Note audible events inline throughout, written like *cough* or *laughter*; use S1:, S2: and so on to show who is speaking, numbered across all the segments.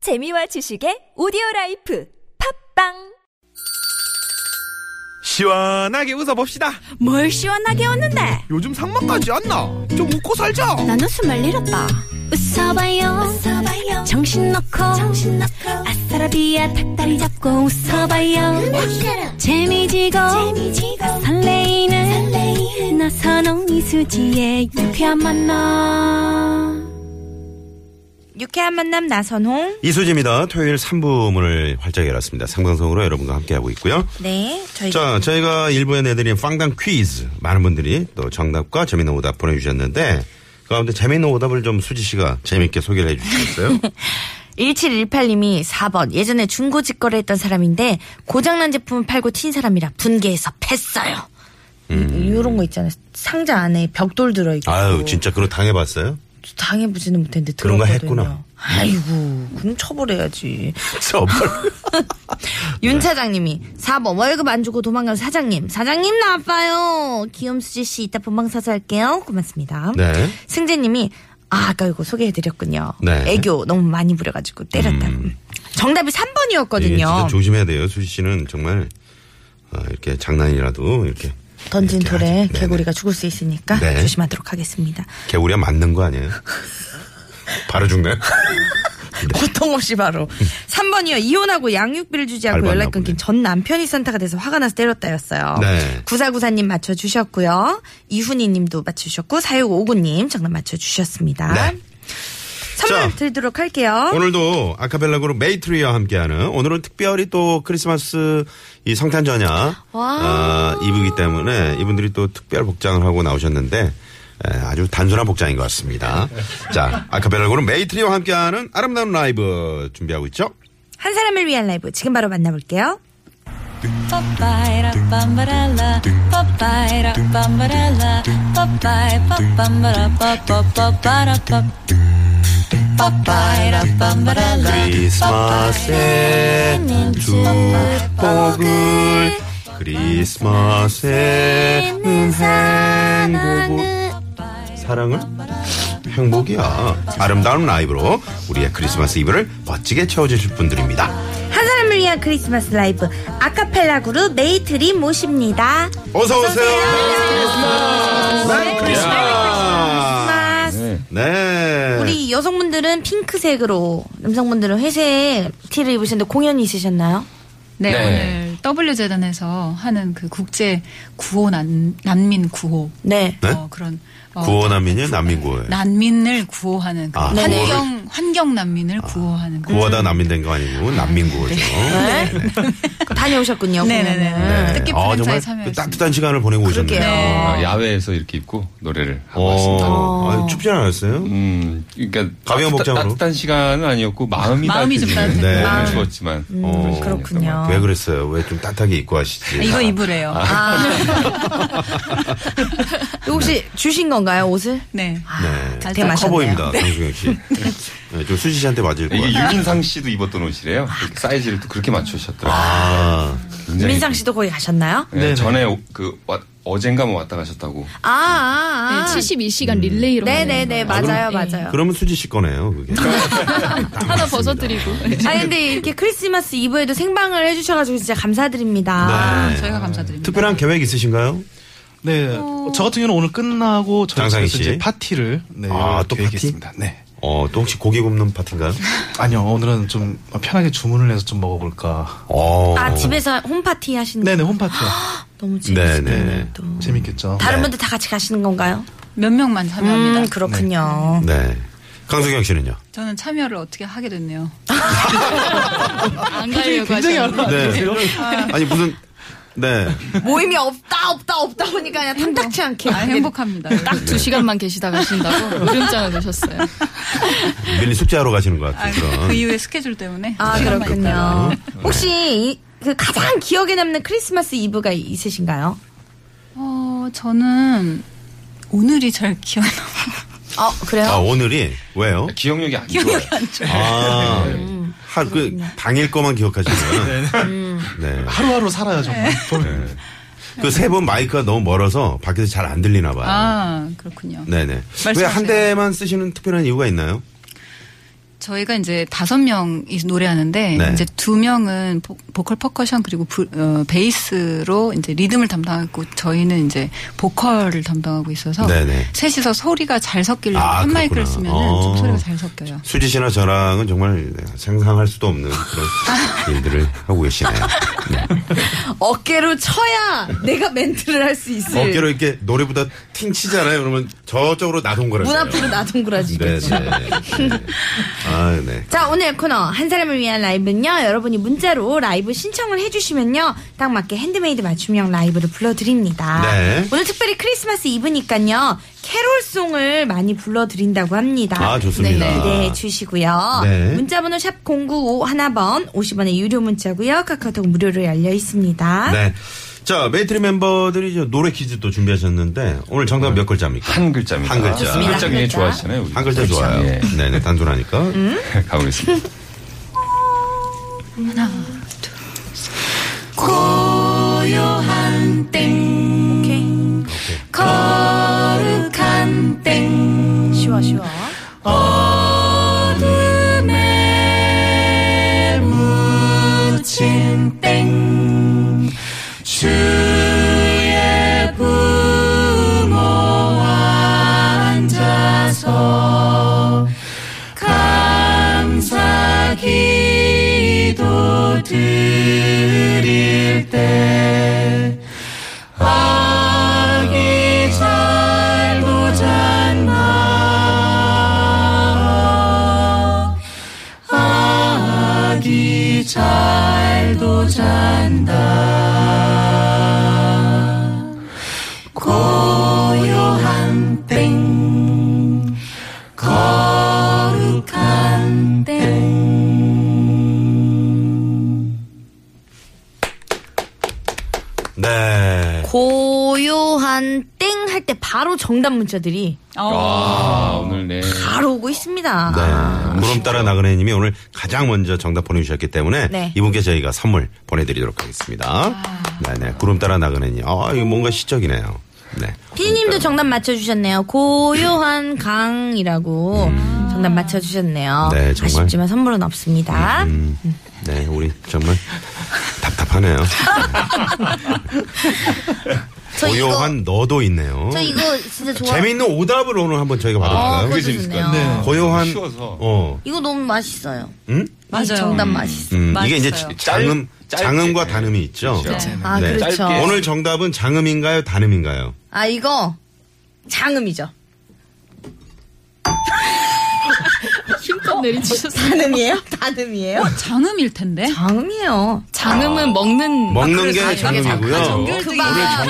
S1: 재미와 지식의 오디오 라이프 팝빵
S2: 시원하게 웃어봅시다.
S3: 뭘 시원하게 웃는데
S2: 요즘 상만까지 안 나. 좀 웃고 살자.
S3: 난 웃음을 잃었다 웃어봐요, 정신 놓고 아싸라비아 닭다리 잡고 웃어봐요 재미지고, 설레이는, 나선홍 이수지의 유쾌한 만남
S4: 유쾌한 만남 나선홍.
S5: 이수지입니다. 토요일 3부 문을 활짝 열었습니다. 생방송으로 여러분과 함께하고 있고요.
S4: 네, 저희 가
S5: 자, 저희가 1부에 내드린 빵당 퀴즈. 많은 분들이 또 정답과 재미있는 오답 보내주셨는데 그 가운데 재미있는 오답을 좀 수지 씨가 재미있게 소개를
S4: *laughs*
S5: 해주시겠어요?
S4: 1718님이 4번 예전에 중고 직거래 했던 사람인데 고장난 제품을 팔고 튄 사람이라 분개해서 팼어요. 이런 거 있잖아요. 상자 안에 벽돌 들어있고.
S5: 음. 아유, 진짜
S4: *laughs*
S5: 그거 당해봤어요?
S4: 당해보지는 못했는데
S5: 그런 거
S4: 들었거든요.
S5: 했구나.
S4: 아이고, 그럼 처벌해야지.
S5: 저벌. 네.
S4: 윤 차장님이 4번 월급 안 주고 도망간 사장님. 사장님 나빠요. 기욤수지 씨 이따 본방사수 할게요. 고맙습니다.
S5: 네.
S4: 승재님이 아, 아까 이거 소개해드렸군요.
S5: 네. 음.
S4: 애교 너무 많이 부려가지고 때렸다고. 정답이
S5: 이게 진짜
S4: 3번이었거든요.
S5: 조심해야 돼요. 수지 씨는 정말 아, 이렇게 장난이라도 이렇게.
S4: 던진
S5: 이렇게
S4: 돌에
S5: 하지. 네네.
S4: 개구리가 죽을 수 있으니까
S5: 네.
S4: 조심하도록 하겠습니다.
S5: 개구리가 맞는 거
S4: *laughs*
S5: 아니에요? 바로 죽나요? 네.
S4: 고통 없이 바로.
S5: 음.
S4: 3번이요. 이혼하고 양육비를 주지 않고
S5: 밟았나
S4: 연락 끊긴
S5: 보네.
S4: 전 남편이 산타가 돼서 화가 나서 때렸다였어요.
S5: 네.
S4: 구사구사님 맞춰주셨고요. 이훈이님도 맞춰주셨고 사육오구님 정답 맞춰주셨습니다.
S5: 네.
S4: 선물
S5: 자.
S4: 드리도록 할게요.
S5: 오늘도 아카펠라 그룹 메이트리와 함께하는 오늘은 특별히 또 크리스마스 이 성탄 전야 아, 이브이기 때문에 이분들이 또 특별 복장을 하고 나오셨는데 에, 아주 단순한 복장인 것 같습니다. 자 아카펠라 그룹 메이트리와 함께하는 아름다운 라이브 준비하고 있죠.
S4: 한 사람을 위한 라이브 지금 바로 만나볼게요.
S6: Papaya, papaya, papaya, papaya, papaya, papaya, papaya, papaya,
S5: 크리스마스에는 축복을 크리스마스에는 행복을 사랑을 행복이야 아름다운 라이브로 우리의 크리스마스 이브를 멋지게 채워주실 분들입니다
S4: 한 사람을 위한 크리스마스 라이브 아카펠라 그룹 메이트리 모십니다.
S5: 어서 오세요
S4: 네,
S5: 메리 크리스마스 네
S4: 우리 여성분들은 핑크색으로, 남성분들은 회색 티를 입으셨는데 공연이 있으셨나요?
S7: 네, 오늘 W재단에서 하는 그 국제 구호 난, 난민 구호
S4: 네.
S5: 네?
S7: 어, 그런 어,
S5: 구호난민이요 난민구호예요
S7: 난민을 구호하는 그
S5: 아,
S7: 환경
S5: 네네.
S7: 환경 난민을 구호하는 그런
S5: 구하다 난민된 거 아니고 난민구호죠
S4: 네. 다녀오셨군요.
S7: 네네네.
S4: 공연을.
S5: 네.
S7: 뜻깊은
S5: 아, 정말
S7: 행사에
S5: 그
S7: 참여했습니다.
S5: 따뜻한 시간을 보내고 오셨네요.
S4: 그러게요.
S8: 아, 야외에서 이렇게 입고 노래를 하고 왔습니다.
S5: 어, 아니, 춥진 않았어요?
S8: 음, 그러니까
S5: 가벼운
S8: 따뜻-
S5: 복장으로?
S8: 따뜻한 시간은 아니었고 마음이
S7: 마음이 좀
S8: 따뜻해지는, 네,
S5: 따뜻해요. 마음.
S8: 추웠지만
S5: 어,
S4: 그렇군요.
S5: 왜 그랬어요? 왜 좀 따뜻하게 입고
S9: 아,
S5: 하시지?
S7: 이거 입으래요. 아.
S4: 이거 혹시 주신 건가요, 옷을?
S7: 네.
S5: 네.
S7: 아,
S5: 딱 커
S4: 대마셨네요.
S5: 보입니다, 장수경 씨. 네, 좀 수지 씨한테 맞을 것
S8: 이게
S5: 같아요.
S8: 유민상 씨도 입었던 옷이래요. 이렇게 사이즈를 또 그렇게 맞추셨더라고요.
S5: 아,
S8: 굉장히-
S4: 민상 씨도 거기 가셨나요?
S8: 네, 전에 오- 그 와- 어젠가 뭐 왔다 가셨다고.
S4: 아, 아,
S7: 네,
S4: 아.
S10: 72시간
S7: 음.
S10: 릴레이로
S4: 네, 네, 네, 맞아요, 맞아요.
S5: 그러면 수지 씨 거네요, 그게. 네.
S10: 하나 아, 벗어드리고
S7: 네.
S4: 아니 근데 이렇게 크리스마스 이브에도 생방을 해주셔가지고 진짜 감사드립니다.
S5: 네.
S7: 저희가 아, 감사드립니다.
S5: 특별한 계획 있으신가요?
S11: 네,
S4: 어.
S11: 저 같은 경우는 오늘 끝나고 저희
S5: 장상희
S11: 집에서
S5: 씨.
S11: 이제 파티를 네,
S5: 아, 또
S11: 계획했습니다. 네.
S5: 어, 또 혹시 고기 굽는 파티인가요?
S11: 아니요, 오늘은 좀 편하게 주문을 해서 좀 먹어볼까.
S5: 어.
S4: 아 집에서 홈파티 하시는
S11: 네네, 홈파티.
S4: *gasps* 너무
S5: 네네.
S4: 재밌어요.
S11: 재밌겠죠.
S4: 다른
S5: 네.
S4: 분들 다 같이 가시는 건가요?
S7: 몇 명만 참여합니다.
S4: 음, 그렇군요.
S5: 네. 강수경 씨는요?
S7: 저는 참여를 어떻게 하게 됐네요.
S10: 안 가려고 하셨는데
S5: 네. 아니, 무슨, 네.
S4: 모임이 없다 없다 없다 보니까 그냥 탐탁치 않게.
S7: 아, 행복합니다.
S10: 딱 두 시간만 계시다
S7: 네.
S10: 가신다고 으름장을 놓으셨어요.
S5: 밀리 숙제하러 가시는 것 같은
S7: 아,
S5: 그런.
S7: 그 이후에 스케줄 때문에
S4: 아
S7: 시간만 있다가.
S4: 그렇군요. 혹시
S5: 네.
S4: 이- 그 가장 기억에 남는 크리스마스 이브가 이- 있으신가요?
S7: 어, 저는 오늘이 잘 기억나.
S4: 어 그래요?
S5: 아, 오늘이 왜요?
S8: 기억력이 안 좋아요. 네.
S5: 아, 하, 그, 당일 거만 기억하시는 거예요? *laughs* 네.
S11: 하루하루 살아요, 정말.
S5: 그 세 번 마이크가 너무 멀어서 밖에서 잘 안 들리나 봐요.
S7: 아, 그렇군요.
S5: 네네. 왜
S7: 말씀하세요.
S5: 한 대만 쓰시는 특별한 이유가 있나요?
S7: 저희가 이제 다섯 명이 노래하는데
S5: 네.
S7: 이제 두 명은 보, 보컬 퍼커션 그리고 부- 어, 베이스로 이제 리듬을 담당하고 저희는 이제 보컬을 담당하고 있어서
S5: 네네.
S7: 셋이서 소리가 잘 섞이려고
S5: 아,
S7: 한 마이크를
S5: 그렇구나.
S7: 쓰면은
S5: 어.
S7: 좀 소리가 잘 섞여요.
S5: 수지 씨나 저랑은 정말 상상할 수도 없는 그런 일들을 하고 계시네요.
S4: 어깨로 쳐야 내가 멘트를 할 수 있을.
S5: 어깨로 이렇게 노래보다 팅 치잖아요. 그러면 저쪽으로 나동거려요.
S4: 문 앞으로
S5: 네,
S4: 나동그라지겠죠.
S5: 네. 네. 아, 네.
S4: 자, 오늘 코너 한 사람을 위한 라이브는요. 여러분이 문자로 라이브 신청을 해주시면요. 딱 맞게 핸드메이드 맞춤형 라이브를 불러드립니다.
S5: 네.
S4: 오늘 특별히 크리스마스 이브니까요. 캐롤송을 많이 불러드린다고 합니다.
S5: 아, 좋습니다.
S4: 네, 기대해 주시고요.
S5: 네.
S4: 문자번호 샵 0951번 50원의 유료 문자고요. 카카오톡 무료로 열려 있습니다.
S5: 네. 자, 메이트리 멤버들이 이제 노래 퀴즈 또 준비하셨는데 오늘 정답 몇 글자입니까?
S8: 한 글자입니다.
S5: 한 글자.
S8: 한 글자 굉장히
S4: 좋습니다.
S8: 좋아하시잖아요. 우리.
S5: 한 글자 좋아요.
S8: 예. *laughs*
S5: 네, 네. 단순하니까.
S8: 가보겠습니다.
S6: 고요한 땡 거룩한 땡
S4: 쉬워, 쉬워.
S6: 어둠에 묻힌 땡 주의 부모와 앉아서
S7: 아,
S6: 감사
S7: 네.
S6: 기도 드릴 때 아기 잘 보잔다 아기 잘도 잔다 고요한 땡 거룩한
S5: 네.
S4: 고요한 땡 할 때 바로 정답 문자들이
S8: 아, 오늘 네.
S4: 바로 오고 있습니다. 아,
S5: 네. 구름 따라 나그네 님이 오늘 가장 먼저 정답 보내주셨기 때문에
S4: 네. 아.
S5: 이분께 저희가 선물 보내드리도록 하겠습니다. 네네. 구름 따라 나그네 님. 아, 이거 뭔가 시적이네요. 네.
S4: 피디님도 정답 맞춰주셨네요. 고요한 강이라고 정답 맞춰주셨네요.
S5: 음. 네, 정말.
S4: 아쉽지만 선물은 없습니다.
S5: 음, 네, 우리 정말 답답하네요.
S4: 저 이거-
S5: 고요한 너도 있네요.
S4: 저 이거 진짜 좋아.
S5: 재미있는 오답을 오늘 한번 저희가
S4: 아,
S5: 받아볼까요?
S4: 그거
S8: 그게 재밌을 것
S4: 좋네요.
S8: 같아요.
S5: 고요한
S8: 쉬워서.
S5: 어,
S4: 이거 너무 맛있어요.
S5: 음?
S4: 맞아요. 정답 맛있어.
S5: 음,
S7: 맛있어요.
S5: 이게 이제 장음
S8: 짧-
S5: 장음과
S8: 짧게.
S5: 단음이 있죠.
S8: 그렇죠.
S4: 아,
S5: 네.
S4: 그렇죠.
S10: 예.
S8: 짧게.
S5: 오늘 정답은 장음인가요, 단음인가요?
S4: 아, 이거 장음이죠.
S10: 힘껏 내리치셨어요.
S4: 단음이에요? 단음이에요?
S7: 장음일 텐데.
S4: 장음이에요.
S7: 아.
S10: 장음은 먹는
S7: 뭐?
S5: 먹는 게
S10: 그래서 아, 그게
S5: 네, 장음이고요.
S10: 장- 아, 정글
S5: 오늘
S4: 먹는 게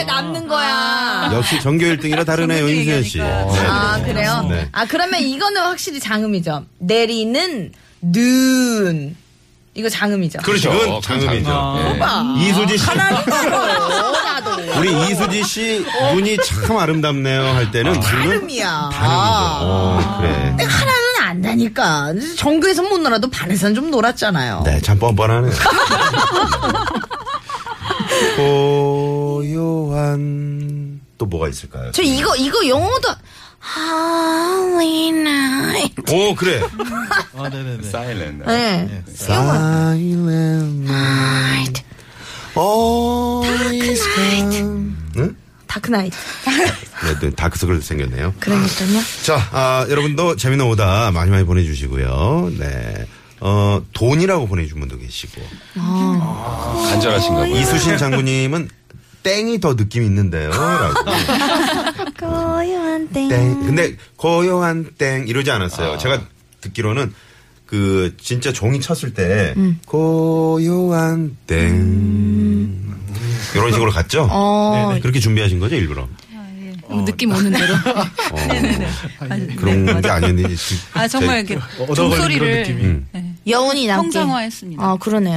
S5: 정답이
S4: 남는 거야.
S5: 역시 전교 1등이라 다르네요, 윤수현 씨. 네.
S4: 그 아, 그래요?
S5: 네.
S4: 아, 그러면 이거는 확실히 장음이죠. 내리는 눈. 이거 장음이죠.
S5: 그렇죠. 아. 그건 장음이죠.
S8: 어, 예.
S5: 이수지 씨. 우리 이수지 씨 눈이 참 아름답네요 할 때는 눈은
S4: 장음이야.
S5: 단음이죠. 어, 그래.
S4: 하나는 안다니까. 전교에서 못 놀아도 반에서는 좀 놀았잖아요.
S5: 네,
S4: *laughs*
S5: 참 뻔뻔하네. 고요한 또 뭐가 있을까요?
S4: 저 이거, 이거 영어도. Holy night.
S5: 오, 그래.
S11: 아, 네네네.
S8: 그 사일렌.
S4: 네.
S5: 아. Silent
S4: Night.
S5: always come. 응?
S4: 다크나이트.
S5: 네, 네, 다크서클 생겼네요.
S4: 그러니까요.
S5: 자, 아, 여러분도 재미난 오다 많이 많이 보내주시고요. 네. 어, 돈이라고 보내주신 분도 계시고.
S8: 간절하신가 봐요.
S4: *laughs*
S5: 이수신 장군님은 땡이 더 느낌이 있는데요.
S4: *laughs*
S5: 라고.
S4: 고요한 땡.
S5: 땡. 네, 근데 고요한 땡 이러지 않았어요.
S8: 아.
S5: 제가 듣기로는 그 진짜 종이 쳤을 때
S4: 음.
S5: 고요한 땡 이런 식으로 갔죠.
S4: 음. 어.
S5: 네네. 그렇게 준비하신 거죠 일부러.
S10: 느낌 오는 대로.
S5: 어, 그런
S4: 네,
S5: 게 네, 아니었는지. 지금
S7: 예. 아 정말
S5: 저희-
S7: 이렇게
S11: 얻어걸린 그런 느낌이.
S7: 종소리를
S5: 음.
S4: 여운이 남게.
S7: 형상화했습니다.
S4: 아, 그러네요.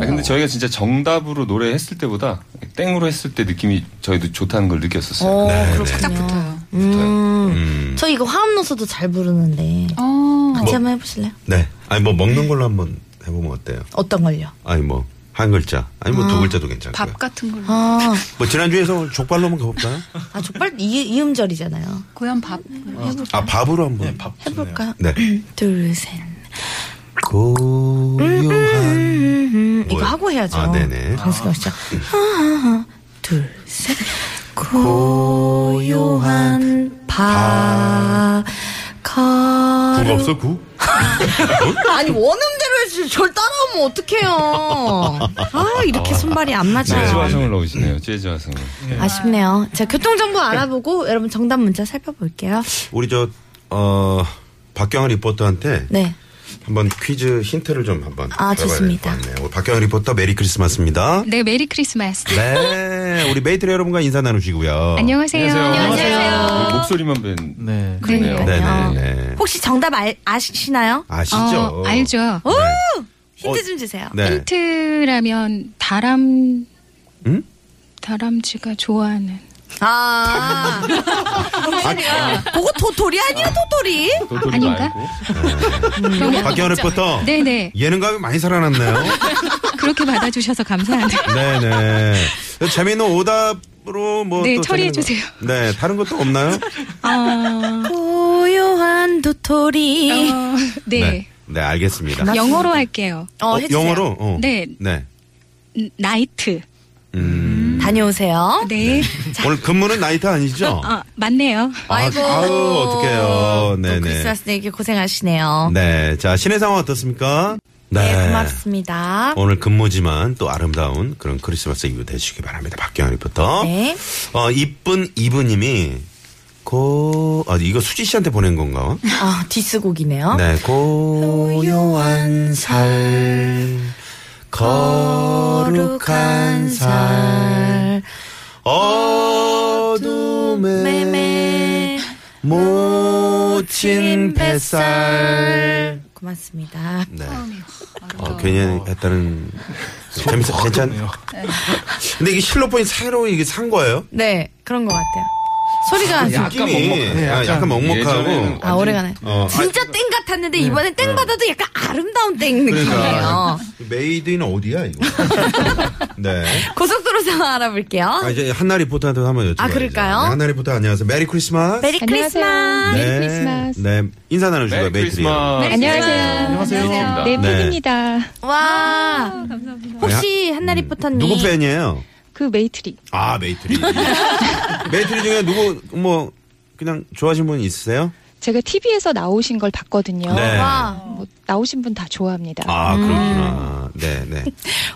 S8: 아, 근데 저희가 진짜 정답으로 노래했을 때보다 땡으로 했을 때 느낌이 저희도 좋다는 걸
S4: 어,
S8: 느꼈었어요.
S5: 네,
S7: 착착
S4: 그렇군요.
S7: 붙어요.
S4: 음.
S5: 음.
S4: 저 이거 화음 넣어서도 잘 부르는데.
S7: 어.
S4: 같이 한번 해보실래요?
S5: 네. 아니 뭐 먹는 걸로 한번 해보면 어때요?
S4: 어떤 걸요?
S5: 아니 뭐 한 글자, 아니 뭐 두 글자도 괜찮고요.
S7: 밥 같은 걸로
S4: 아,
S5: 뭐 지난주에서 족발로 한번 가볼까요?
S4: 아 족발 이, 이음절이잖아요.
S7: 고얀 밥
S5: 아 밥으로 한번.
S11: 밥.
S4: 해볼까요? 음,
S5: 네.
S4: 둘, 셋,
S5: 고요한
S4: 음, 이거
S5: 뭐요?
S4: 하고 해야죠.
S5: 아, 네네. 음.
S4: 강승현 씨죠. 하나, 둘, 셋. 고요한 밤.
S5: 국
S4: 가루.
S5: 없어 국?
S4: 아니, 원음대로 해주지. 절 따라하면 어떡해요. 아, 이렇게 손발이 안
S5: 네.
S8: 재즈
S4: 맞아요.
S8: 화성을 네. 넣으시네요. 재즈 화성을. 네.
S4: 아쉽네요. 자, 교통정보 알아보고 여러분 정답 문자 살펴볼게요.
S5: 우리 저 어, 박경아 리포터한테
S4: 네.
S5: 한번 퀴즈 힌트를 좀 한번
S4: 아,
S5: 들어봐야
S4: 좋습니다.
S5: 될것 같네요. 우리 박경아 리포터 메리 크리스마스입니다.
S9: 네, 메리
S5: 어,
S9: 크리스마스.
S5: 네, 우리 메이트리 여러분과 인사 나누시고요.
S9: 안녕하세요.
S8: 어, 목소리만 뵌.
S11: 네.
S8: 그러네요.
S5: 네네네.
S4: 혹시 정답 알, 아시나요?
S5: 아시죠? 어,
S9: 어, 알죠.
S4: 오! 힌트 좀 주세요.
S5: 네.
S9: 힌트라면 다람
S5: 응?
S9: 다람쥐가 좋아하는
S4: 아.
S5: 아.
S4: 그거 도토리 아니야, 도토리?
S8: 도토리
S9: 아닌가?
S8: 말고.
S9: 그런 거.
S5: 박경아 리포터.
S9: 네네
S5: 예능감이
S9: *laughs*
S5: 많이 살아났네요.
S9: 그렇게 받아주셔서 감사합니다.
S5: 네네. 재미있는 오답으로 뭐.
S9: 네,
S5: 또
S9: 처리해주세요.
S5: 재밌는 거- 네, 다른 것도 없나요?
S9: 아,
S4: 고요한 도토리.
S9: 어, *laughs* 네.
S5: 네. 네, 알겠습니다.
S9: 영어로 할게요.
S4: 어,
S5: 어,
S4: 해주세요.
S5: 영어로? 어.
S9: 네.
S5: 네.
S9: 음, 나이트.
S5: 음.
S4: 다녀오세요.
S9: 네.
S5: 오늘 근무는 나이트 아니죠?
S9: 아, 맞네요.
S4: 어, 아이고.
S5: 아유, 어떡해요.
S4: 또
S5: 네네.
S4: 크리스마스 내게 고생하시네요.
S5: 네. 자, 시내 상황 어떻습니까?
S4: 네, 고맙습니다.
S5: 오늘 근무지만 또 아름다운 그런 크리스마스 이브 되시기 바랍니다. 박경아 리포터.
S4: 네.
S5: 어, 이쁜 이브님이 고, 아, 이거 수지 씨한테 보낸 건가?
S4: 아, 디스곡이네요.
S5: 네, 고요한 살, 거룩한 살, 어둠에
S4: 매매.
S5: 묻힌 뱃살.
S4: 고맙습니다.
S5: 네.
S7: 아,
S5: 어, 괜히 했다는. 재밌어, 괜찮. 근데 이게 실로폰이 새로 이게 산 거예요?
S4: 네, 그런 것 같아요. 소리가 좀-
S5: 느낌이
S11: 네,
S5: 아, 약간
S11: 약간
S5: 먹먹하고.
S8: 예전에는
S4: 아, 오래가네.
S5: 어, 네.
S4: 진짜 땡 같았는데 이번엔 땡 받아도 약간 아름다운 땡
S5: 그러니까
S4: 느낌이에요.
S5: 메이드인 어디야 이거? *laughs* 네.
S4: 고속도로 상황 알아볼게요.
S5: 아 이제 한나 리포터한테 한번 여쭤봐요.
S4: 아, 그럴까요?
S5: 한나 리포터 안녕하세요. 메리 크리스마스.
S4: 메리 크리스마스.
S5: 네.
S9: 메리 크리스마스.
S5: 네. 인사 나눠주세요.
S8: 메리
S5: 메리
S8: 크리스마스.
S5: 크리스마스.
S9: 네, 안녕하세요.
S8: 안녕하세요.
S9: 네,
S5: 네.
S9: 팬입니다.
S4: 와. 네, 아, 혹시 한나 리포터님
S5: 누구 팬이에요?
S9: 그 메이트리.
S5: 아 메이트리. *laughs* 메이트리 중에 누구 뭐 그냥 좋아하시는 분 있으세요?
S9: 제가 TV에서 나오신 걸 봤거든요.
S5: 네.
S4: 와.
S9: 뭐, 나오신 분 다 좋아합니다.
S5: 아
S4: 음.
S5: 그렇구나. 네 네.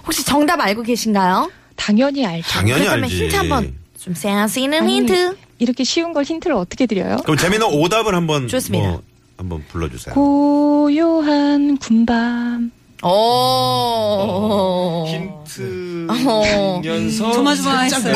S4: 혹시 정답 알고 계신가요?
S9: 당연히 알죠.
S5: 당연히
S4: 그렇다면
S5: 알지.
S4: 힌트 한번 좀 세아스이는
S9: 아니,
S4: 힌트.
S9: 이렇게 쉬운 걸 힌트를 어떻게 드려요?
S5: 그럼 재미있는 오답을 한번
S4: 좋습니다.
S5: 뭐 한번 불러주세요.
S9: 고요한 군밤.
S4: 오. 어.
S9: 음,
S8: 면서
S7: 조마조마했어요.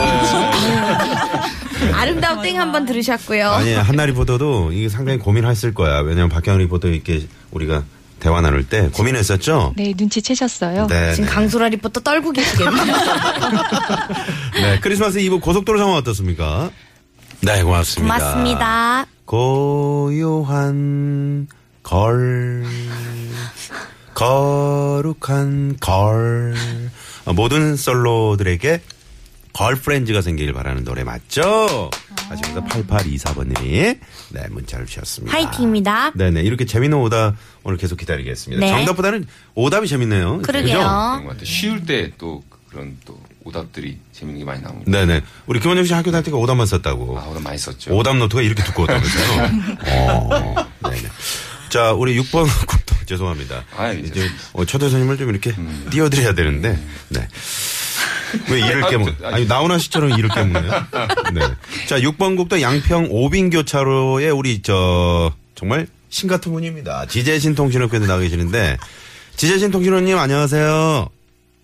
S4: 아름다운 땡 한번
S9: 어?
S4: 들으셨고요.
S5: 아니 한나 리포터도 이게 상당히 고민했을 거야. 왜냐면 박경 리포터 이렇게 우리가 대화 나눌 때 고민했었죠.
S9: 네, 눈치채셨어요.
S5: 네.
S4: 지금
S5: 네.
S4: 강소라 리포터 떨고
S5: *laughs*
S4: 계시겠네요.
S5: 네, 크리스마스 이브 고속도로 상황 어떻습니까? 네, 고맙습니다.
S4: 고맙습니다.
S5: 고요한 걸 거룩한 걸 어, 모든 솔로들에게 걸프렌즈가 생기길 바라는 노래 맞죠? 하시면서 8824번님이 네 문자를 주셨습니다.
S4: 화이팅입니다.
S5: 네네 이렇게 재밌는 오답 오늘 계속 기다리겠습니다.
S4: 네.
S5: 정답보다는 오답이 재밌네요. 그죠?
S4: 그러게요.
S8: 그런 것 같아요. 뭐 쉬울 때 또 그런 또 오답들이 재밌는 게 많이 나옵니다.
S5: 네네 우리 김원영 씨 학교 다닐 때 오답만 썼다고.
S8: 아, 오답 많이 썼죠.
S5: 오답 노트가 이렇게 두꺼웠다면서요?
S8: *laughs*
S5: 어, 네네. 자, 우리 6번 *laughs* 국도 죄송합니다.
S8: 아, 예,
S5: 이제
S8: 죄송합니다.
S5: 어, 초대 손님을 좀 이렇게 띄워드려야 되는데, 네. 왜 이를
S8: 음. 아,
S5: 깨먹?
S8: 저, 아니.
S5: 아니 나훈아 씨처럼 이를 깨먹네요. 네. 자, 6번 국도 양평 오빈 교차로에 우리 저 정말 신 같은 분입니다. 지재신 통신업께서 나와 계시는데, 지재신 통신원님 안녕하세요.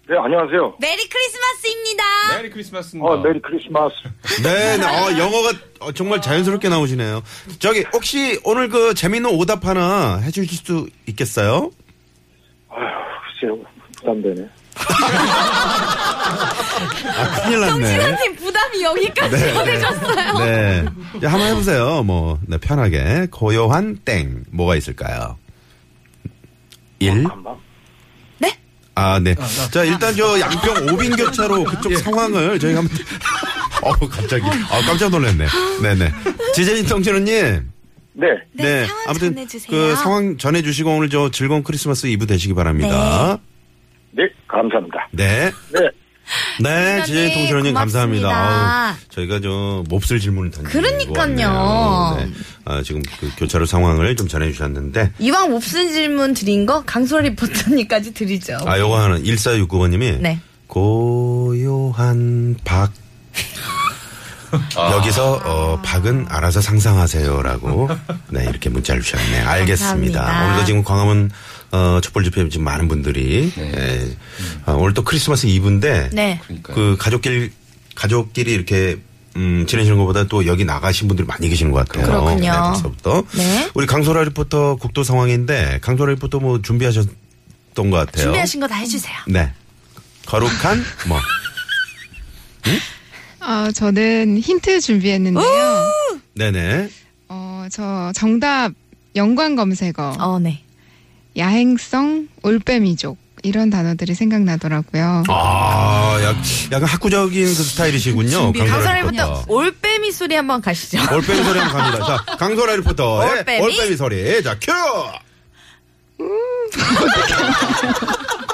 S12: 네, 안녕하세요.
S4: 메리 크리스마스입니다.
S8: 메리 크리스마스입니다.
S12: 어, 메리 크리스마스.
S5: 네, 네. 어, 영어가 어, 정말 자연스럽게 나오시네요. 저기 혹시 오늘 그 재밌는 오답 하나 해주실 수 있겠어요?
S12: 글쎄요, 부담되네.
S5: *laughs* 아, 큰일 났네.
S4: 정신한테 부담이 여기까지
S5: 네.
S4: 보내셨어요.
S5: *laughs* 네, 이제 한번 해보세요. 뭐 네, 편하게 고요한 땡 뭐가 있을까요? 1
S12: 한방.
S5: 아, 네. 자, 일단 저 양평 오빈 교차로 그쪽 상황을 저희가 한번 *laughs* 어우, 갑자기. 아, 깜짝 놀랐네. 네, 네. 지재진 정신우님.
S12: 네.
S5: 네, 아무튼 그 상황 전해주시고 오늘 저 즐거운 크리스마스 이브 되시기 바랍니다.
S12: 네, 감사합니다.
S5: 네.
S12: 네.
S5: 네, 지혜 통신원님 감사합니다.
S4: 고맙습니다.
S5: 아우, 저희가 저 몹쓸 질문을 던지고
S4: 그러니까요.
S5: 왔네요. 네. 아, 지금 그 교차로 상황을 좀 전해주셨는데
S4: 이왕 몹쓸 질문 드린 거 강소라 리포터님까지 드리죠.
S5: 아, 요거 하나 1469번님이
S4: 네.
S5: 고요한 박 여기서 어, 박은 알아서 상상하세요라고 네 이렇게 문자를 주셨네 알겠습니다
S4: 감사합니다.
S5: 오늘도 지금 광화문 어, 촛불 집회 지금 많은 분들이 예. 아, 오늘 또 크리스마스 이브인데
S4: 네.
S5: 그 가족끼리 가족끼리 이렇게 음, 지내시는 것보다 또 여기 나가신 분들이 많이 계시는 것 같아요.
S4: 그렇군요.
S5: 네, 벌써부터
S4: 네.
S5: 우리 강소라 리포터 국도 상황인데 강소라 리포터 뭐 준비하셨던 것 같아요.
S4: 준비하신 거 다 해주세요.
S5: 네. 거룩한 뭐
S13: 아, 저는 힌트 준비했는데요.
S5: 네네
S13: 어, 저 정답 연관 검색어.
S4: 어, 네.
S13: 야행성, 올빼미족 이런 단어들이
S4: 어.
S13: 생각나더라고요.
S5: 아, 약, 약간 학구적인 그 스타일이시군요. 강소라
S4: 강소라부터
S5: 리포터.
S4: 올빼미 소리 한번 가시죠.
S5: 올빼미 소리 한번 갑니다. 자, 강소라 리포터의
S4: 올빼미?
S5: 올빼미, 소리. 자, 큐! 음. *laughs*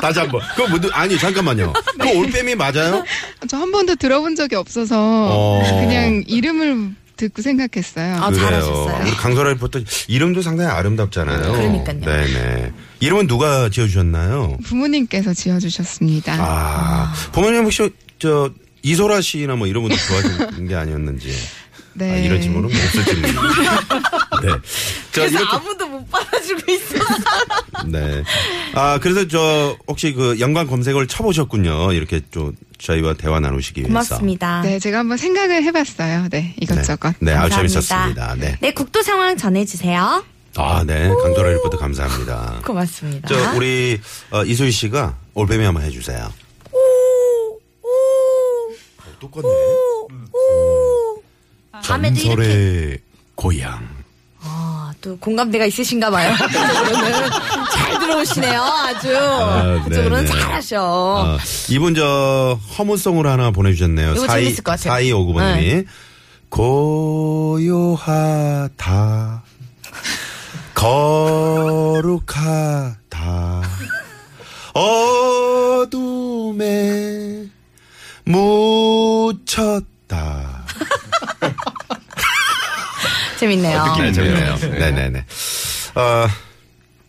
S5: 다시 한 번. 그거 뭐, 아니, 잠깐만요. 그거 올빼미 맞아요?
S13: 저 한 번도 들어본 적이 없어서
S5: 어.
S13: 그냥 이름을 듣고
S4: 네.
S13: 생각했어요.
S4: 아,
S5: 그래요. 우리 강소라 리포터 이름도 상당히 아름답잖아요.
S13: 그러니까요.
S5: 네네. 이름은 누가 지어주셨나요?
S13: 부모님께서 지어주셨습니다.
S5: 아, 부모님 혹시, 저, 이소라 씨나 뭐 이런 분들 좋아하시는 게 아니었는지.
S13: 네.
S5: 아, 이런 질문은 뭐 없을 질문. 네. 자,
S4: 그래서
S5: 이렇게
S4: 아무도 못 받아주고 있었어.
S5: 네. 아, 그래서 저 혹시 그 연관 검색어를 쳐보셨군요. 이렇게 좀 저희와 대화 나누시기 위해서.
S13: 네,
S7: 아.
S13: 제가 한번 생각을 해봤어요. 네, 이것저것.
S5: 네, 아주
S4: 감사합니다.
S5: 재밌었습니다. 네.
S4: 네, 국도 상황 전해주세요.
S5: 아, 네. 강도라 리포트 감사합니다.
S4: 고맙습니다.
S5: 저 우리 어, 이소희 씨가 올빼미 한번 해주세요. 오, 똑같네.
S4: 밤에도
S5: 전설의
S4: 이렇게.
S5: 고향.
S4: 아, 또 공감대가 있으신가 봐요. *laughs* 그쪽으로는 잘 들어오시네요. 아주.
S5: 아,
S4: 그쪽으로는
S5: 네네.
S4: 잘하셔.
S5: 어, 이분 저 허무송으로 하나 보내주셨네요.
S4: 이거
S5: 사이-
S4: 재밌을 것 같아요.
S5: 사이오구번님이
S4: 네.
S5: 고요하다 거룩하다 어둠에 묻혔다.
S4: 재밌네요.
S8: 아,
S5: 네, 재밌네요. 네네네. 어,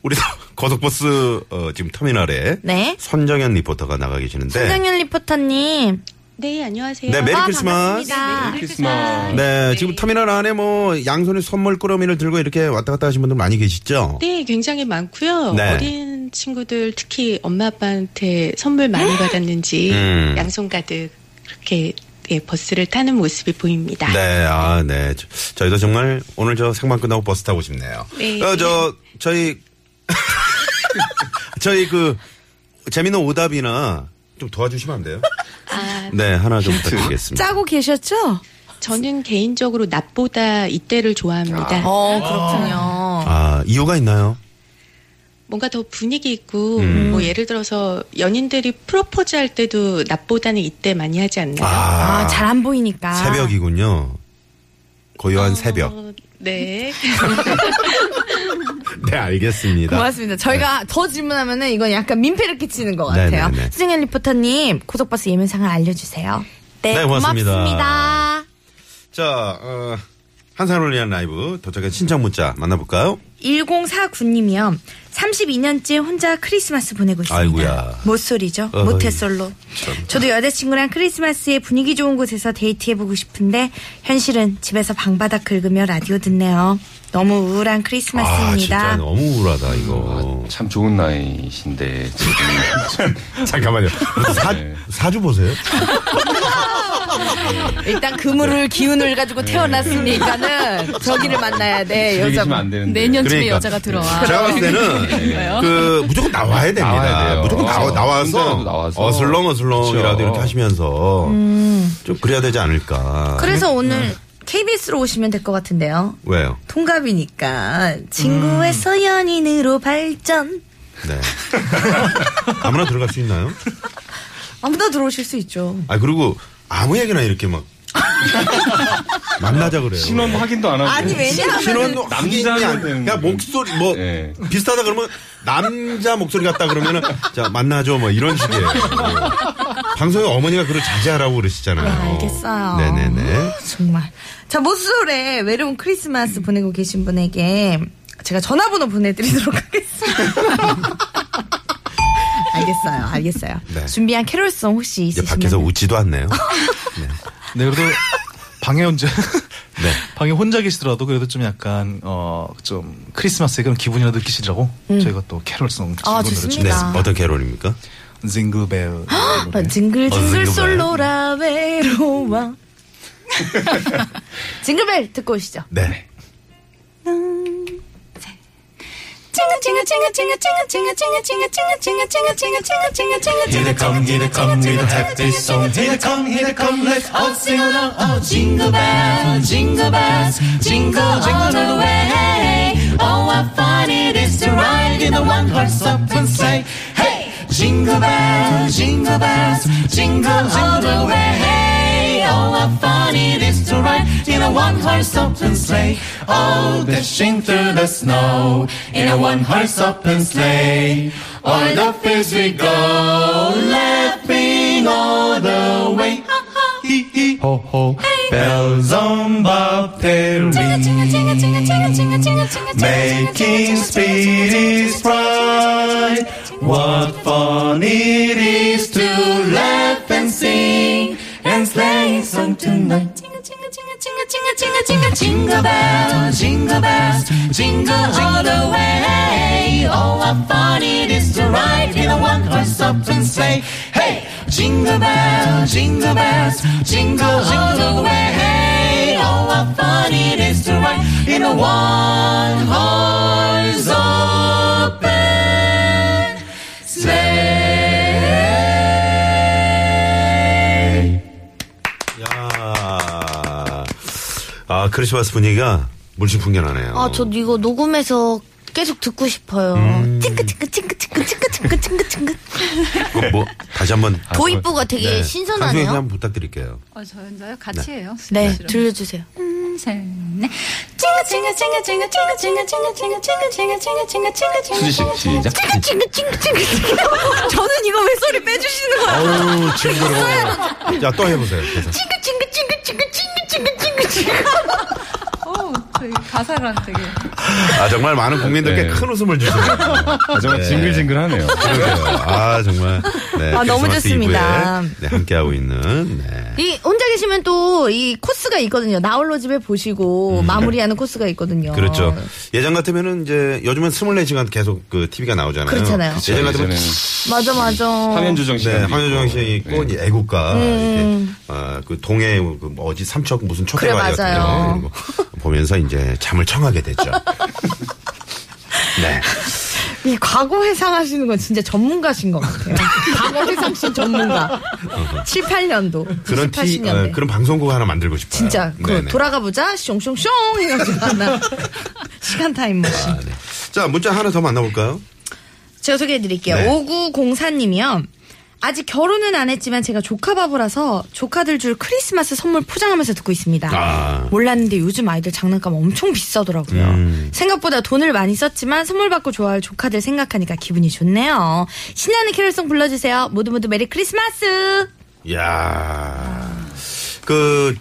S5: 우리 *laughs* 고속버스 어, 지금 터미널에
S4: 네.
S5: 손정현 리포터가 나가 계시는데
S4: 손정현 리포터님. 아,
S14: 네, 안녕하세요.
S5: 네, 메리 크리스마스.
S4: 반갑습니다.
S5: 네, 지금 터미널 안에 뭐 양손에 선물 꾸러미를 들고 이렇게 왔다 갔다 하신 분들 많이 계시죠?
S14: 네, 굉장히 많고요.
S5: 네.
S14: 어린 친구들 특히 엄마 아빠한테 선물 많이 받았는지
S5: 음.
S14: 양손 가득 그렇게 예, 버스를 타는 모습이 보입니다.
S5: 네, 아, 네. 저, 저희도 정말 오늘 저 생방 끝나고 버스 타고 싶네요.
S14: 네.
S5: 어, 저, 저희, *laughs* 저희 그, 재밌는 오답이나 좀 도와주시면 안 돼요?
S14: 아,
S5: 네, 하나 좀 부탁드리겠습니다.
S14: 짜고 계셨죠? 저는 개인적으로 낮보다 이때를 좋아합니다.
S4: 어, 그렇군요.
S5: 아, 이유가 있나요?
S14: 뭔가 더 분위기 있고
S5: 음.
S14: 뭐 예를 들어서 연인들이 프로포즈 할 때도 낮보다는 이때 많이 하지 않나요?
S5: 아,
S4: 잘 안 보이니까.
S5: 새벽이군요. 고요한 새벽.
S14: 네.
S5: 네, 알겠습니다.
S4: 고맙습니다. 저희가 더 질문하면은 이건 약간 민폐를 끼치는 것
S5: 네,
S4: 같아요.
S5: 네, 네.
S4: 수정현 리포터님, 고속버스 예매상을 알려주세요.
S5: 네, 고맙습니다.
S4: 고맙습니다.
S5: 자, 어, 한산을 위한 라이브 도착한 신청 문자 만나볼까요?
S4: 1049님이요. 32년째 혼자 크리스마스 보내고 있습니다.
S5: 아이고야.
S4: 모쏠이죠.
S5: 어이,
S4: 모태솔로.
S5: 참.
S4: 저도 여자친구랑 크리스마스에 분위기 좋은 곳에서 데이트해보고 싶은데 현실은 집에서 방바닥 긁으며 라디오 듣네요. 너무 우울한
S8: 아,
S4: 크리스마스입니다.
S5: 너무 우울하다 이거.
S8: 참 좋은 나이신데 지금
S5: 잠깐만요. 사,
S8: 네.
S5: 사주 보세요.
S4: 일단
S5: 네.
S4: 그물을 기운을 가지고 태어났으니까는 저기를 만나야 돼.
S8: 집에
S4: 여자
S8: 계시면 안 되는데.
S10: 내년쯤에
S5: 그러니까.
S10: 여자가 들어와. 네.
S5: 제가 봤을
S10: 그런가요?
S5: 때는 그 무조건 나와야 됩니다.
S8: 나와야 돼요.
S5: 무조건 나와,
S8: 어,
S5: 나와서,
S8: 혼자라도 나와서.
S5: 어슬렁 어슬렁이라도
S8: 그렇죠.
S5: 이렇게 하시면서
S4: 음.
S5: 좀 그래야 되지 않을까.
S4: 그래서
S5: 네.
S4: 오늘 KBS로 오시면 될 것 같은데요.
S5: 왜요?
S4: 통갑이니까
S5: 음.
S4: 친구에서 연인으로 발전.
S10: *laughs*
S5: 네. 아무나 들어갈 수 있나요?
S4: 아무나 들어오실 수 있죠.
S10: *laughs*
S5: 아 그리고 아무 얘기나 이렇게 막 만나자 그래요.
S8: 신원 뭐 확인도 안 하고.
S5: 아니, 왜냐하면은- 신원 확인이
S8: 남자면 네.
S5: 안-
S8: 되는 거예요.
S5: 그냥 목소리 뭐 비슷하다 그러면 남자 목소리 같다 그러면은 자 만나죠 뭐 이런 식이에요. 방송에 어머니가 그걸 자제하라고 그러시잖아요.
S4: 알겠어요. 아,
S5: 네네네.
S4: 정말. 자, 모쏠에 외로운 크리스마스 보내고 계신 분에게 제가 전화번호 보내드리도록 *laughs* 하겠습니다. 알겠어요, 알겠어요.
S5: 네.
S4: 준비한 캐롤송 혹시
S5: 이제
S4: 있으시면 아,
S5: 밖에서 웃지도 않네요.
S11: 네, 그래도 방에
S15: *laughs*
S11: 혼자
S15: 네.
S11: 방에 혼자 계시더라도 그래도 좀 약간 어 좀 크리스마스의 그런 기분이라도 느끼시라고
S4: 음.
S11: 저희가 또 캐롤송
S4: 아, 좋습니다. 네, 어떤
S5: 캐롤입니까?
S4: *gasps*
S11: 징글벨.
S4: 징글징글
S11: 어,
S4: 솔로라 외로워. 징글벨 듣고 오시죠.
S5: 네.
S15: Here they come, here they come with a happy song. Here they come, here they come, let's all sing along. Oh, jingle bells, jingle bells, jingle all the way. Oh, what fun it is to ride in a one-horse open sleigh. Hey, jingle bells, jingle bells, jingle all the way. Oh, what fun it is to ride in a one-horse open sleigh. Oh, dashing through the snow in a one-horse open sleigh. All the fields we go, laughing all the way. Hee hee ho ho, bells on bobtail ring, making speedies bright. What fun it is to laugh and sing and sing a song tonight. Jingle bells, jingle bells, jingle all the way. Oh, what fun it is to ride in a one-horse open sleigh. Hey, jingle bells, jingle bells, jingle all the way. Oh, what fun it is to ride in a one-horse open sleigh.
S5: 야, 아 크리스마스 분위기가 물씬풍년하네요.
S4: 아, 저도 이거 녹음해서 계속 듣고 싶어요. 찡긋찡긋찡긋찡긋찡긋찡긋찡긋찡긋.
S5: 그거 뭐 다시 한번
S4: 도입부가 되게 아, 신선하네요.
S5: 강수영 씨 한번 부탁드릴게요.
S7: 어, 저 혼자요? 같이 해요. 네.
S4: 네, 들려주세요.
S8: 수지 씨, 시작.
S4: 저는 이거 왜 소리 빼주시는
S5: 어우,
S4: *laughs*
S5: 징그러워. 야, 또 해보세요. 계속.
S7: 어, 저희 가사랑 되게.
S5: 아, 정말 많은 국민들께
S8: 네.
S5: 큰 웃음을 주시네요.
S8: 아, 정말 징글징글하네요.
S5: 그러게요. 아, 정말. 네,
S4: 아, 너무
S5: 크리스마스
S4: 좋습니다.
S5: 이브에, 네, 함께하고 있는. 네.
S4: 이 혼자 계시면 또 이 코스가 있거든요. 나홀로 집에 보시고 마무리하는 코스가 있거든요.
S5: 그렇죠. 예전 같으면은 이제 요즘은 24시간 계속 그 TV가 나오잖아요.
S4: 그렇잖아요. 그쵸,
S5: 예전 같으면
S8: 예전에는.
S4: 맞아 맞아.
S5: 네, 화면 조정 시간이 있고 이제 애국가
S4: 음.
S5: 이렇게 아, 그 동해 그 어디 삼척 무슨 초대가
S4: 그래, 맞아요.
S5: 같은 거 보면서 이제 잠을 청하게
S4: *laughs*
S5: 됐죠. 네.
S4: 이 과거 회상하시는 건 진짜 전문가신 것 같아요. 과거 회상신
S5: *laughs*
S4: 전문가. 7, 8년도. 7,
S5: 그런 티,
S4: 80년대.
S5: 어, 그런 방송국 하나 만들고 싶어요.
S4: 진짜 그
S5: 네네.
S4: 돌아가보자 숑숑숑 해가지고 하나 시간
S5: 아.
S4: 타임머신.
S5: 네. 자, 문자 하나 더 만나볼까요?
S4: 제가 소개해드릴게요.
S5: 네.
S4: 5904님이요. 아직 결혼은 안 했지만 제가 조카 바보라서 조카들 줄 크리스마스 선물 포장하면서 듣고 있습니다.
S5: 아.
S4: 몰랐는데 요즘 아이들 장난감 엄청 비싸더라고요.
S5: 음.
S4: 생각보다 돈을 많이 썼지만 선물 받고 좋아할 조카들 생각하니까 기분이 좋네요. 신나는 캐롤송 불러주세요. 모두 모두 메리 크리스마스.
S5: 야 그,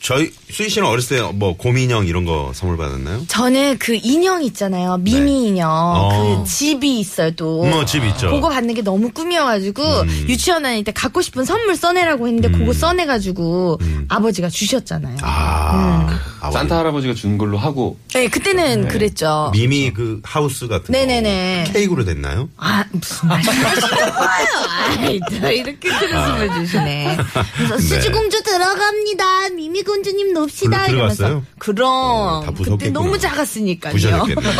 S5: 저희, 수희 씨는 어렸을 때 뭐 곰인형 이런 거 선물 받았나요?
S4: 저는 그 인형 있잖아요. 미미 인형.
S5: 어.
S4: 그 집이 있어요, 또.
S5: 뭐, 집 있죠. 음.
S4: 그거 받는 게 너무 꿈이어가지고, 유치원 다닐 때 갖고 싶은 선물 써내라고 했는데, 그거 써내가지고,
S5: 음.
S4: 아버지가 주셨잖아요. 음.
S8: 산타 할아버지가 준 걸로 하고
S4: 네, 그때는 그랬죠.
S5: 미미 그 하우스 같은
S4: 네네네.
S5: 거 케이크로 됐나요?
S4: 아, 무슨 말씀하시는 거예요? *laughs* 아이, 또 이렇게 크리스마스 주시네. 아. 그래서
S5: 네.
S4: 수지공주 들어갑니다. 미미공주님 놉시다.
S5: 그- 들어갔어요?
S4: 이러면서. 그럼.
S5: 다
S4: 그때
S5: 부쉈겠구나.
S4: 너무 작았으니까요.
S5: 부셔졌겠네요.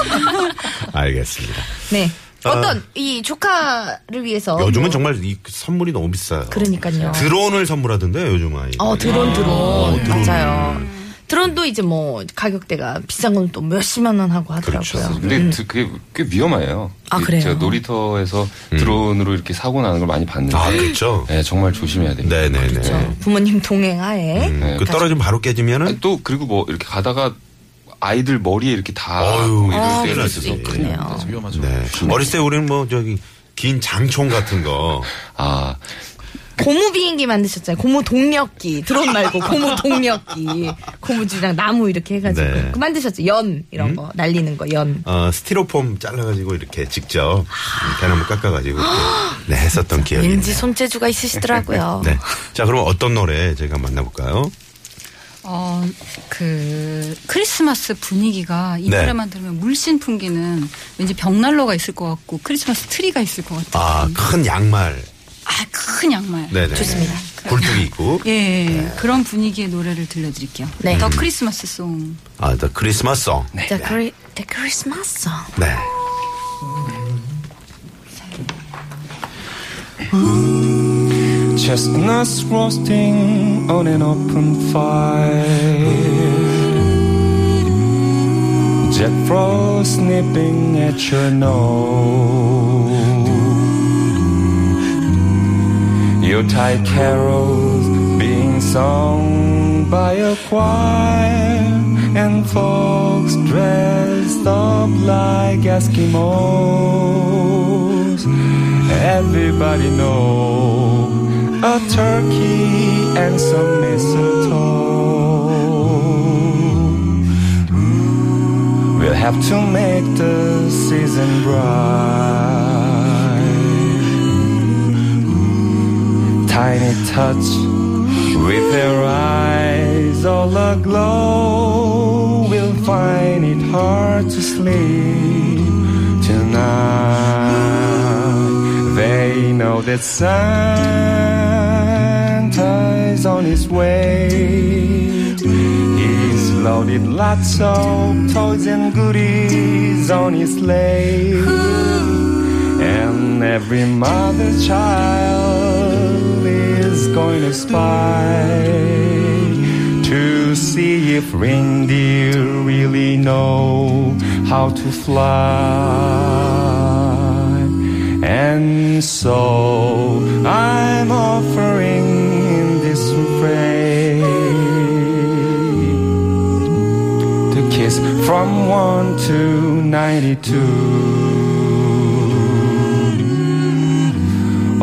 S4: *laughs*
S5: 알겠습니다.
S4: 네.
S5: 아.
S4: 어떤 이 조카를 위해서
S5: 요즘은
S4: 뭐-
S5: 정말 이 선물이 너무 비싸요.
S4: 그러니까요.
S5: 어, 드론을 선물하던데 요즘 아이.
S4: 어 드론 드론 맞아요. 드론도 이제 뭐 가격대가 비싼 건 또 몇십만 원 하고 하더라고요.
S5: 그렇죠.
S8: 근데
S4: 음.
S8: 드- 그게 꽤 위험해요.
S4: 아,
S8: 이게
S4: 그래요?
S8: 제가 놀이터에서 드론으로 이렇게 사고 나는 걸 많이 봤는데.
S5: 음. 아, 그렇죠.
S8: 네, 정말 조심해야 됩니다.
S5: 네네네.
S4: 그렇죠.
S5: 음,
S4: 부모님 동행하에
S8: 그
S5: 떨어지면 바로 깨지면은
S8: 또 그리고 뭐 이렇게 가다가 아이들 머리에 이렇게 다
S5: 아,
S8: 이럴
S5: 큰일
S8: 때가
S5: 났지.
S8: 있어서
S5: 그래요.
S11: 위험하죠.
S5: 네. 어렸을 때 우리는 뭐 저기 긴 장총 같은 거.
S8: 아.
S4: 고무 비행기 만드셨잖아요. 고무 동력기 드론 말고 고무 동력기 고무줄이랑 나무 이렇게 해가지고
S5: 네. 음?
S4: 그 만드셨죠. 연 이런 거 날리는 거 연.
S5: 어, 스티로폼 잘라가지고 이렇게 직접 대나무
S4: *gasps*
S5: 깎아가지고 이렇게, 네, 했었던 기억이 있네요.
S4: 왠지 손재주가 있으시더라고요.
S5: *laughs* 네. 자, 그럼 어떤 노래 제가 만나볼까요?
S7: 어, 그 크리스마스 분위기가 이
S5: 네.
S7: 노래만 들으면 물씬 풍기는 왠지 벽난로가 있을 것 같고 크리스마스 트리가 있을 것 같아요. 아,
S5: 아, 큰 양말.
S7: 큰 양말.
S5: 네네. 굴뚝이 있고.
S7: 예, 예, 그런 분위기의 노래를 들려드릴게요.
S5: 네.
S7: 더
S5: 음.
S7: 크리스마스 송.
S5: 아, 더 크리스마스 송. 네.
S4: The, cri- the Christmas song.
S5: 네.
S15: Chestnuts roasting on an open fire. Jack Frost nipping at your nose. Yuletide carols being sung by a choir. And folks dressed up like Eskimos. Everybody know a turkey and some mistletoe. We'll have to make the season bright. Tiny touch with their eyes all aglow. We'll find it hard to sleep tonight. They know that Santa's on his way. He's loaded lots of toys and goodies on his sleigh. And every mother's child is going to spy to see if reindeer really know how to fly. And so I'm offering in this phrase to kiss from 1 to 92.